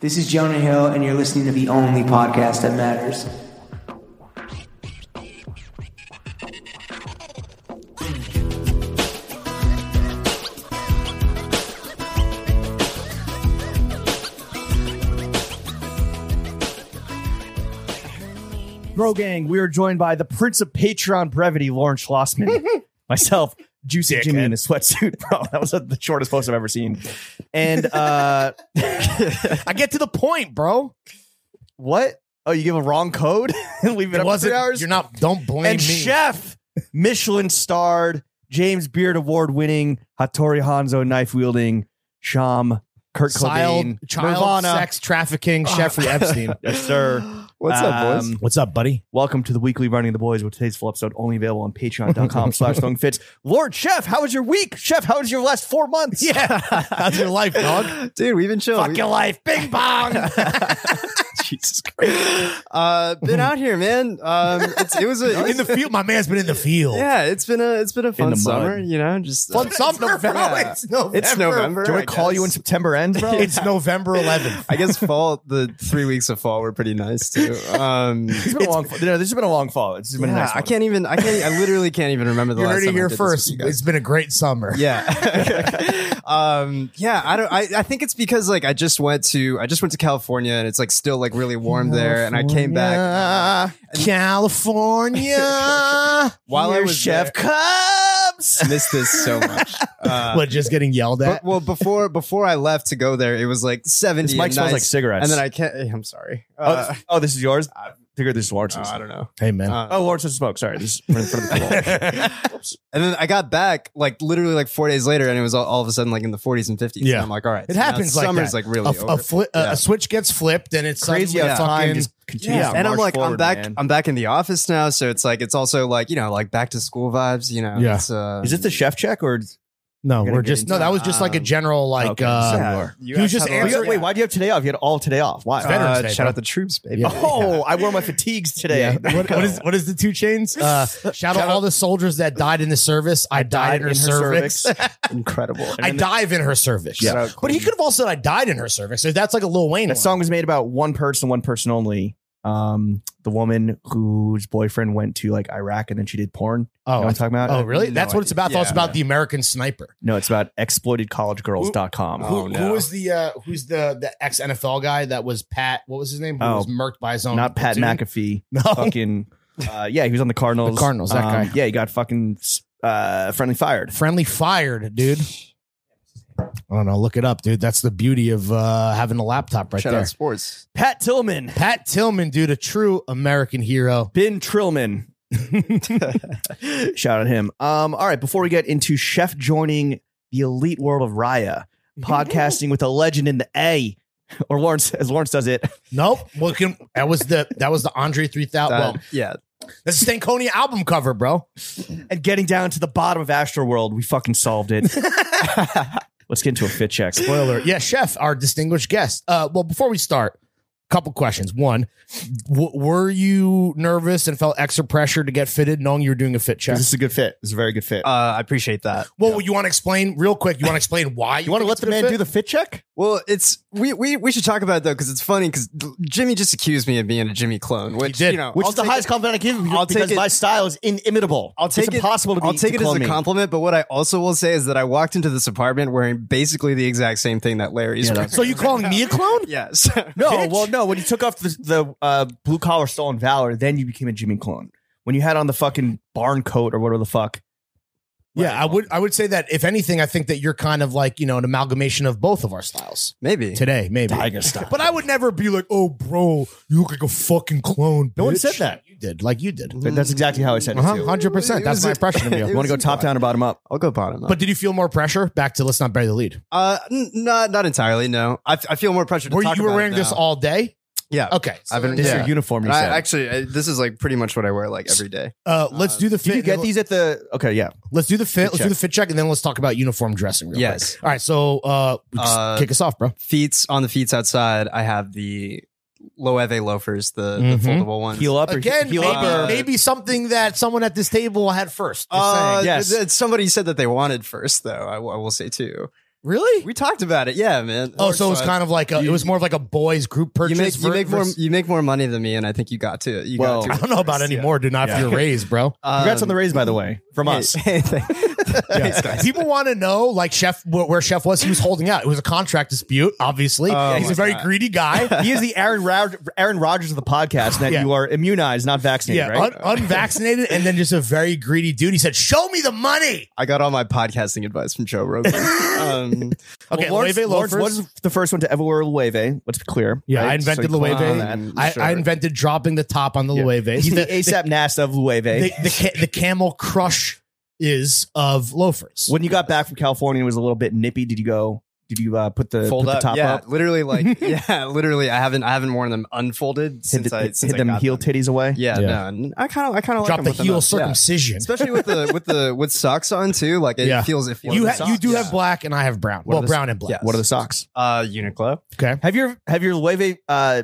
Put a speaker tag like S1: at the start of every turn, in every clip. S1: This is Jonah Hill, and you're listening to the only podcast that matters.
S2: Bro Gang, we are joined by the Prince of Patreon Brevity, Lauren Schlossman, myself, Juicy Jimmy in a sweatsuit, bro. That was uh, the shortest post I've ever seen. And uh I get to the point, bro. What? Oh, you give a wrong code and leave it,
S3: It
S2: up for
S3: wasn't.
S2: three hours?
S3: You're not. Don't blame
S2: and
S3: me.
S2: chef, Michelin starred, James Beard Award winning, Hattori Hanzo knife wielding, Sham, Kurt
S3: child,
S2: Cobain,
S3: child
S2: Nirvana.
S3: sex trafficking, Jeffrey Epstein.
S2: Yes, sir.
S4: What's up, boys?
S2: Um,
S3: What's up, buddy?
S2: Welcome to the weekly Running the Boys, with today's full episode only available on patreon.com slash fits. Lord Chef, how was your week? Chef, how was your last four months?
S3: Yeah, how's your life, dog?
S4: Dude, we've been chill.
S2: Fuck your life. Bing bong.
S4: Jesus Christ. Uh, been out here, man. Um, it's, it was a
S3: In the field, my man's been in the field.
S4: yeah. It's been a it's been a
S2: the
S4: fun
S2: mud.
S4: summer. You know, just uh,
S3: Fun summer, bro.
S4: November. Yeah.
S3: It's November.
S4: It's November.
S2: Do I
S4: I
S2: call you when
S4: guess.
S2: September ends, bro?
S3: It's November 11th.
S4: I guess fall. The three weeks of fall were pretty nice too. Um,
S2: It's been a long fall. No, this has been a long fall. It's been a
S4: yeah,
S2: nice
S4: I
S2: one.
S4: can't even. I can't. I literally can't even remember the
S3: You
S4: last
S3: heard it
S4: time I
S3: here
S4: did this with
S3: first.
S4: you guys.
S3: It's been a great summer.
S4: Yeah. um, yeah, I don't I, I think it's because like I just went to I just went to California and it's like still like really warm there and I came back
S3: California.
S4: while I
S2: Here
S4: was
S2: Chef
S4: there,
S2: Cubs.
S4: missed this so much. Uh,
S3: what, just getting yelled
S4: but,
S3: at?
S4: well before before I left to go there it was like 70
S2: This mic
S4: and
S2: smells
S4: nice.
S2: like cigarettes.
S4: And then I can't I'm sorry.
S2: Oh,
S4: Uh,
S2: this- oh, this is yours? I figured this is
S4: oh,
S2: Lawrence's.
S4: I don't know.
S3: Hey, man.
S4: Uh,
S2: oh, Lawrence has smoke. Sorry. This is we're in front of the wall.
S4: and then I got back like literally like 4 days later and it was all, all of a sudden like in the 40s and 50s
S3: Yeah.
S4: and I'm like all right.
S3: It
S4: so now
S3: happens like
S4: summer's
S3: that.
S4: like really
S3: a, a
S4: over.
S3: fli- a-
S4: Yeah.
S3: a switch gets flipped and it's
S2: Crazy how
S3: suddenly
S4: yeah.
S2: time
S3: fucking-
S2: just continues
S3: Yeah,
S2: to
S4: and I'm
S2: march
S4: like,
S2: forward,
S4: I'm back.
S2: man.
S4: I'm back in the office now, so it's like it's also like you know, like back to school vibes. You know,
S3: Yeah.
S4: It's, uh,
S2: Is it the chef check or
S3: No,
S2: Gotta
S3: we're
S2: get
S3: just
S2: into
S3: no. That
S4: it.
S3: was just like a
S4: Um,
S3: general like.
S2: okay.
S3: uh,
S2: Yeah.
S4: You
S3: He was
S4: guys
S3: just
S4: have a lot-
S3: answer-
S2: Wait, why do you have today off? You had all today off. Why?
S3: It's better. Veterans
S4: Uh,
S3: Day,
S4: shout
S3: bro.
S4: out the troops, baby.
S3: Yeah.
S2: Oh, I wore my fatigues today.
S3: Yeah.
S2: There you
S3: What,
S2: go.
S3: what is what is the two chains? Uh, shout, out all the soldiers that died in the service. I, died, in her, cervix.
S4: Incredible.
S3: I dive in her cervix.
S4: Shout out
S3: But he
S4: Queen.
S3: could have also said I died in her cervix. So that's like a Lil Wayne.
S2: That
S3: one.
S2: song was made about one person, one person only. Um, the woman whose boyfriend went to like Iraq and then she did porn. You know
S3: Oh,
S2: what I'm talking about?
S3: oh, really?
S4: no
S3: that's what it's
S4: idea.
S3: about. I thought it's
S4: Yeah.
S3: about the American sniper.
S2: No, it's about exploitedcollegegirls.com.
S4: Who- Oh, no.
S3: Who was the uh, who's the the ex NFL guy that was Pat? What was his name? Who
S2: Oh.
S3: was murked by his own?
S2: Not Pat
S3: platoon?
S2: McAfee. Oh.
S3: No,
S2: Fucking, uh, yeah, he was on the Cardinals.
S3: Oh.
S2: Um,
S3: The Cardinals, that guy.
S2: Yeah, he got fucking uh, friendly fired.
S3: friendly fired, dude. I don't know. Look it up, dude. That's the beauty of uh, having a laptop right
S4: Shout
S3: there.
S4: out sports.
S2: Pat Tillman,
S3: Pat Tillman, dude, a true American hero.
S2: Ben Trillman. Shout out him. Um, all right, before we get into Chef joining the elite world of Raya, podcasting with a legend in the A, or Lawrence, as Lawrence does it,
S3: Nope. Well, can, that was the that was the Andre three thousand.
S4: That-
S3: Well,
S4: yeah,
S3: that's the Stankonia album cover, bro.
S2: and getting down to the bottom of Astro World, we fucking solved it. Let's get into a fit check.
S3: Spoiler. Yeah, Chef, our distinguished guest. Uh, well, before we start, a couple questions. One, w- were you nervous and felt extra pressure to get fitted, knowing you were doing a fit check?
S2: This is a good fit. This is a very good fit.
S4: uh, I appreciate that.
S3: well, you want to explain real quick? You want to explain why
S2: you want to
S3: think
S2: let
S3: it's
S2: the
S3: a good
S2: man
S3: fit?
S2: do the fit check?
S4: Well, it's we we, we should talk about it though because it's funny because Jimmy just accused me of being a Jimmy clone, which
S3: did,
S4: you know,
S2: Which
S4: I'll
S2: is the
S4: take
S2: highest
S4: it-
S2: compliment I give you
S4: I'll take
S2: because
S4: it-
S2: my style is inimitable.
S4: I'll take
S2: it's
S4: it-
S2: impossible to be
S4: I'll take it
S2: to
S4: as
S2: clone
S4: a
S2: me.
S4: compliment, but what I also will say is that I walked into this apartment wearing basically the exact same thing that Larry's.
S2: Yeah,
S4: wearing.
S2: that's-
S3: So you calling me a clone?
S4: yes.
S2: No,
S3: Bitch.
S2: well, no. When you took off the, the uh, blue collar stolen valor, then you became a Jimmy clone. When you had on the fucking barn coat or whatever the fuck,
S3: Yeah, I would. I would say that if anything, I think that you're kind of like you know an amalgamation of both of our styles
S4: Maybe.
S3: today, maybe.
S2: tiger style.
S3: But I would never be like, "Oh, bro, you look like a fucking clone."
S2: No one
S3: bitch."
S2: said that. Uh-huh,
S3: You did, like you did.
S2: That's exactly how I said it. Too.
S3: 100 percent.
S4: It
S3: That's
S4: was-
S3: my impression of
S2: You
S3: you.
S2: want to go top down or bottom up?
S4: I'll go bottom up.
S3: But did you feel more pressure? Back to let's not bury the lead.
S4: Uh, n- not not entirely. No, I, f- I feel more pressure. To
S3: Were you,
S4: talk
S3: you were
S4: about it
S3: wearing this
S4: now.
S3: all day?
S4: Yeah.
S3: Okay. so
S4: I've been-
S3: this-
S2: This is
S4: Yeah.
S2: your uniform. You
S4: And I
S2: said.
S4: actually, I, this is like pretty much what I wear like every day.
S3: uh, let's do the fit.
S2: Did you get these at the? Okay, yeah.
S3: Let's do the
S2: Fit
S3: fit. Let's
S2: check.
S3: do the fit check, and then let's talk about uniform dressing. Real
S4: Yes.
S3: Quick. All right. So, uh,
S4: Uh,
S3: kick us off, bro.
S4: Feets on the feets outside. I have the Loewe loafers, the,
S3: Mhm.
S4: the foldable ones.
S2: Heel up or
S3: Again,
S2: heel
S3: maybe,
S2: up
S3: Um,
S2: or
S4: uh,
S3: maybe something that someone at this table had first. Just saying.
S4: Uh,
S2: Yes.
S4: th- th- somebody said that they wanted first, though. I, w- I will say too.
S3: Really?
S4: We talked about it. Yeah, man. uh,
S3: Oh, so it was kind of like a, it was more of like a boys group
S4: you
S3: purchase.
S4: make you
S3: ver-
S4: make more
S3: vers-
S4: you make more money than me, and I think you got to it. You
S2: Well,
S4: got to.
S3: I
S4: it
S3: don't know about
S4: first, yeah.
S3: anymore. Do not
S2: Yeah. Uh,
S3: for your raise, bro.
S2: Congrats
S4: Um,
S2: on the raise, by the way, from
S4: hey,
S2: us.
S4: hey, thank- thanks, guys.
S3: People want to know, like Chef, wh- where Chef was. He was holding out. It was a contract dispute, obviously.
S4: Oh
S3: he's
S4: my
S3: a very
S4: God.
S3: greedy guy.
S2: He is the Aaron Rod- Aaron Rodgers of the podcast. in That
S3: Yeah.
S2: you are immunized, not vaccinated,
S3: yeah,
S2: right?
S3: un- unvaccinated, and then just a very greedy dude. He said, "Show me the money."
S4: I got all my podcasting advice from Joe Rogan. um,
S3: Okay,
S2: Well, Lawrence,
S3: Loewe
S2: Lawrence
S3: loafers.
S2: was the first one to ever wear a Loewe. Let's be clear.
S3: Yeah,
S2: right?
S3: I
S2: he
S3: invented Loewe.
S2: clowned on that.
S3: I,
S4: sure.
S3: I invented dropping the top on the Loewe.
S2: He's the,
S3: The-
S2: ASAP Nast of Loewe.
S3: the, the, ca- the camel crush is of loafers.
S2: when you got back from California, it was a little bit nippy. Did you go? Did you uh, put the
S4: fold
S2: put
S4: up,
S2: the top
S4: yeah,
S2: up?
S4: literally like yeah, literally. I haven't I haven't worn them unfolded
S2: Hid,
S4: since
S2: the-
S4: I
S2: hid
S4: since I
S2: them
S4: got
S2: heel titties away.
S4: Yeah,
S3: Yeah.
S4: no, n- I kind of I kind of like
S3: Drop
S4: them
S3: the
S4: with them
S3: heel
S4: up. Yeah.
S3: circumcision.
S4: especially with the with the with socks on too. Like it
S3: Yeah.
S4: feels it feels
S3: You
S4: the
S3: ha- you
S4: socks.
S3: do
S4: Yeah.
S3: have black, and I have brown.
S2: What are
S3: well,
S2: the-
S3: brown and black.
S4: yeah.
S2: What are the socks?
S4: uh Uniqlo.
S3: Okay.
S2: Have your have your Loewe uh,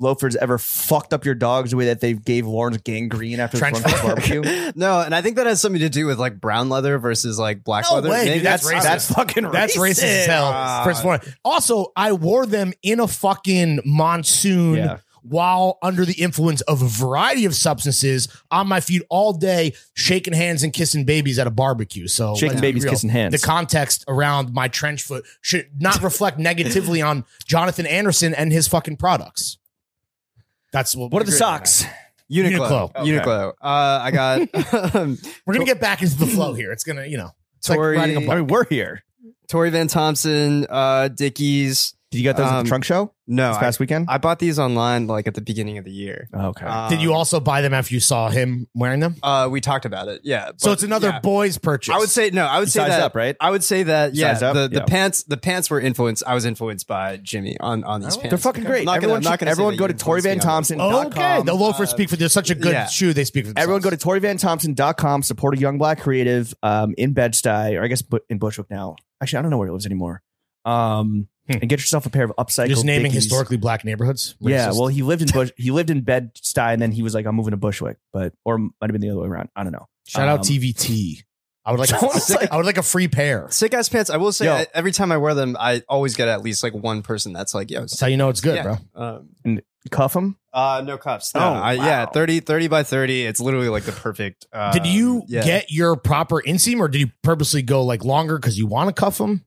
S2: loafers ever fucked up your dogs the way that they gave Lawrence gangrene after the
S3: Trench
S2: front porch barbecue?
S4: No, and I think that has something to do with like brown leather versus like black
S3: No
S4: leather.
S3: way, dude, that's
S4: I don't
S3: racist.
S4: know.
S2: That's fucking
S3: That's racist as hell.
S4: Ah.
S3: First one. Also, I wore them in a fucking monsoon
S4: Yeah.
S3: while under the influence of a variety of substances on my feet all day, shaking hands and kissing babies at a barbecue. So
S2: Shaking
S3: let's be
S2: babies,
S3: real.
S2: kissing hands.
S3: The context around my trench foot should not reflect negatively on Jonathan Anderson and his fucking products. That's what.
S2: What are the socks?
S3: Uniqlo.
S4: Uniqlo. Uniqlo. Uh, I got um,
S3: We're gonna get back into the flow here. It's gonna, you know, it's
S4: Tory-
S3: like riding a
S2: I
S3: bike.
S2: mean, we're here.
S4: Tori Van Thompson, uh, Dickies.
S2: Did you get those at
S4: Um,
S2: the trunk show
S4: No,
S2: this
S4: I,
S2: past weekend? Oh,
S4: I bought these online like at the beginning of the year.
S2: okay.
S3: Did you
S4: Um,
S3: also buy them after you saw him wearing them?
S4: Uh, we talked about it. Yeah.
S3: So
S4: but-
S3: it's another
S4: yeah.
S3: boy's purchase.
S4: I would say no. I would
S2: You
S4: say
S2: sized
S4: that
S2: up, right?
S4: I would say that
S2: You
S4: yeah.
S2: sized up?
S4: The, the
S2: Yeah.
S4: pants the pants were influenced. I was influenced by Jimmy on on these pants.
S2: They're fucking
S4: I'm
S2: great.
S4: not gonna-
S2: everyone
S4: I'm not
S2: should-
S4: gonna say
S2: everyone
S4: that
S2: go
S4: you
S2: to
S4: influenced me on this.
S2: ToryVanThompson.com.
S3: Okay, the loafers
S4: uh,
S3: speak for they're such a good
S4: yeah.
S3: shoe. They speak for themselves.
S2: Everyone go to ToryVanThompson.com, support a young black creative um, in Bed-Stuy, or I guess Bu- in Bushwick now. Actually, I don't know where he lives anymore. Um,
S3: Hmm.
S2: And get yourself a pair of upcycled
S3: just naming
S2: Dickies.
S3: historically black neighborhoods.
S2: Yeah,
S3: Racist.
S2: well, he lived in Bush. he lived in Bed-Stuy, and then he was like, "I'm moving to Bushwick," but or might have been the other way around. I don't know.
S3: shout out
S2: um,
S3: TVT. I would like,
S2: Someone
S3: a,
S2: was like-
S3: I would like a free pair.
S4: Sick ass pants. I will say
S2: Yo.
S4: I- every time I wear them, I always get at least like one person that's like, yo,
S3: That's
S4: sick.
S3: how you know it's good,
S4: Yeah.
S3: bro.
S4: Um,
S2: Cuff him.
S4: uh, no cuffs. No,
S2: Oh,
S4: I, yeah,
S2: wow.
S4: 30, 30 by 30. It's literally like the perfect. Um,
S3: did you
S4: yeah.
S3: get your proper inseam, or did you purposely go like longer because you want to cuff them?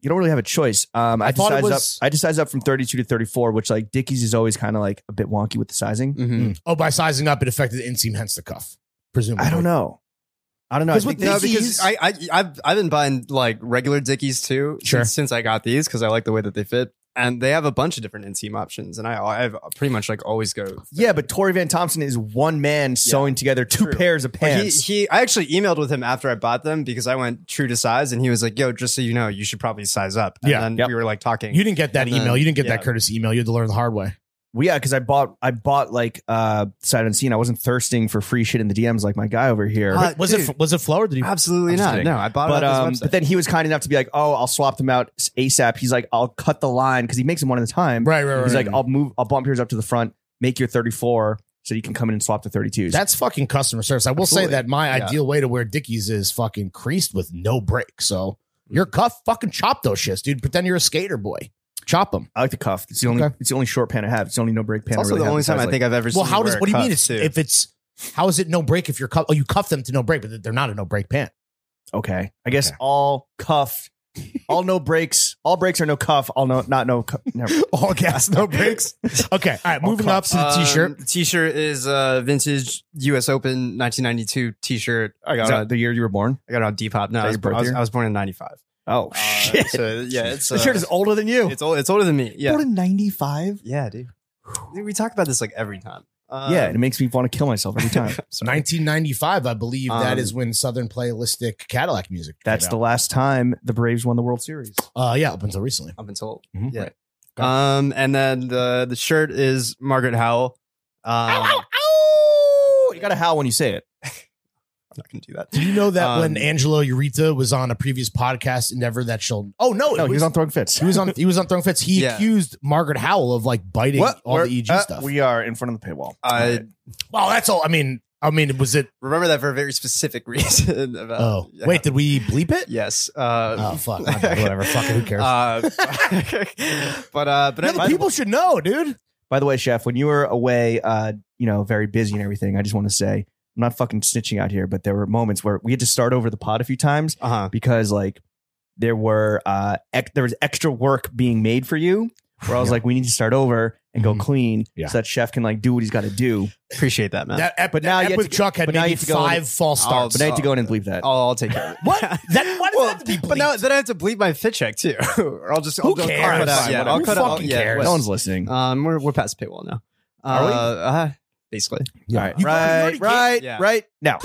S2: You don't really have a choice. Um, I,
S3: I
S2: just
S3: thought it
S2: sized
S3: was-
S2: up. I just sized up from 32 to 34, which like Dickies is always kind of like a bit wonky with the sizing.
S4: Mhm.
S3: Oh, by sizing up, it affected the inseam, hence the cuff. Presumably,
S2: Mm. I don't know. I don't know. I
S3: 'Cause
S2: think
S3: with
S2: they-
S4: No,
S3: Dickies-
S4: because I, I I've I've been buying like regular Dickies too
S3: Sure.
S4: since, since I got these because I like the way that they fit and they have a bunch of different inseam options and I I've pretty much like always go
S2: Yeah, but Tori Van Thompson is one man sewing together two
S4: True.
S2: pairs of
S4: But
S2: pants.
S4: He, he, I actually emailed with him after I bought them because I went true to size, and he was like, "Yo, just so you know, you should probably size up." And
S3: Yeah.
S4: then
S2: Yep.
S4: we were like talking.
S3: You didn't get that
S4: And then-
S3: email. You didn't get
S4: yeah.
S3: that courtesy email. You had to learn the hard way.
S2: well, yeah, because I bought I bought like uh sight unseen. I wasn't thirsting for free shit in the DMs like my guy over here.
S4: Uh,
S3: was
S4: dude.
S3: it was it flow or did you?
S4: Absolutely
S2: I'm just
S4: not.
S2: kidding.
S4: No, I bought
S2: but
S4: it off
S2: um,
S4: his website.
S2: but then he was kind enough to be like, "Oh, I'll swap them out ASAP." He's like, "I'll cut the line because he makes them one at a time."
S3: Right, right, right.
S2: He's
S3: right.
S2: like, "I'll move, I'll bump yours up to the front, make your 34, so you can come in and swap the 32s."
S3: That's fucking customer service. I will say
S4: Absolutely.
S3: that my
S4: Yeah.
S3: ideal way to wear Dickies is fucking creased with no break. So
S4: Mm-hmm.
S3: your cuff, fucking chop those shits, dude. Pretend you're a skater boy. Chop them.
S2: I like the cuff. It's the only
S3: Okay.
S2: it's the only short pant I have. It's the only no break
S4: it's
S2: pant. I
S4: also
S2: really
S4: the
S2: have
S4: only time
S2: besides,
S4: I
S2: like-
S4: think I've ever. seen
S3: Well, how
S4: you
S3: does
S4: wear
S3: what do you
S4: cuffs,
S3: mean? It's,
S4: too.
S3: if it's how is it no break if you're cuff? Oh, you cuff them to no break, but they're not a no break pant.
S2: okay. I guess
S3: Okay.
S2: all cuff, all no breaks, all breaks are no cuff, all no not no. Cu- never.
S3: All gas, no breaks. Okay, all right. Moving up to the
S4: Um,
S3: t-shirt.
S4: the T-shirt is uh, vintage U.S. Open 1992 T-shirt. I
S2: Is
S4: got
S2: that
S4: it.
S2: the year you were born?
S4: I got it on Depop. No,
S2: that
S4: I was,
S2: your birth
S4: I was,
S2: year?
S4: I was born in '95.
S2: Oh
S4: Uh,
S2: shit!
S4: So yeah, it's
S2: the shirt
S4: uh,
S2: is older than you.
S4: It's old. It's older than me. Yeah.
S2: Born in '95.
S4: Yeah, dude. Dude, We talk about this like every time. Um,
S2: yeah, and it makes me want to kill myself every time.
S3: So 1995, I believe that
S4: Um,
S3: is when Southern Playlistic Cadillac music. came
S2: That's
S3: out.
S2: the last time the Braves won the World Series.
S3: uh, yeah, up until recently.
S4: I've been told.
S3: Mhm.
S4: Yeah.
S3: Right.
S4: Um, and then the the shirt is Margaret Howell. Um,
S2: ow! You got to howl when you say it.
S4: I'm not gonna do that.
S3: Do you know that
S4: Um,
S3: when Angelo Urita was on a previous podcast endeavor that she'll? Oh no, it
S2: No, he was on throwing fits.
S3: He was on. He was on throwing fits. He
S4: Yeah.
S3: accused Margaret Howell of like biting all
S2: We're-
S3: the EG
S2: uh,
S3: stuff.
S2: We are in front of the paywall.
S4: I
S2: Alright.
S3: wow, that's all. I mean, I mean, was it?
S4: Remember that for a very specific reason.
S2: Uh,
S4: About,
S3: Oh,
S4: yeah.
S3: wait, did we bleep it?
S4: Yes. Uh,
S3: Oh fuck, my bad, whatever. Fuck, it, who cares?
S4: uh, but uh, but
S3: No, the
S4: by the-
S3: people should know, dude.
S2: By the way, Chef, when you were away, uh, you know, very busy and everything, I just want to say I'm not fucking snitching out here, but there were moments where we had to start over the pod a few times
S4: uh-huh.
S2: because like there were uh ec- there was extra work being made for you where I was like, we need to start over and go
S4: Mm-hmm.
S3: Mhm.
S2: clean
S3: Yeah.
S2: so that Chef can like do what he's got to do.
S4: appreciate that, man.
S3: That ep-
S2: But now you
S3: that ep
S2: have
S3: with
S2: to-
S3: Chuck had
S2: but now you
S3: maybe
S2: have to go
S3: five false
S4: I'll-
S3: starts.
S2: But I had to go in and bleep that.
S4: I'll, I'll take care of it.
S3: What? That why does
S4: Well,
S3: that have to be
S4: But now
S3: bleeped?
S4: then I have to bleed my fit check too, or I'll just I'll,
S3: Who
S4: just- I'll
S3: cares?
S4: cut out.
S3: Fine,
S4: Yeah,
S3: whatever.
S4: I'll
S3: Who
S4: cut out.
S3: fucking
S4: yeah,
S3: cares?
S2: no
S4: what-
S2: one's listening.
S4: Um, we're we're past the paywall now.
S3: Are we?
S4: Uh, uh, basically.
S2: All right,
S3: You- you already
S2: right,
S3: gave-
S2: right,
S4: Yeah.
S2: right now.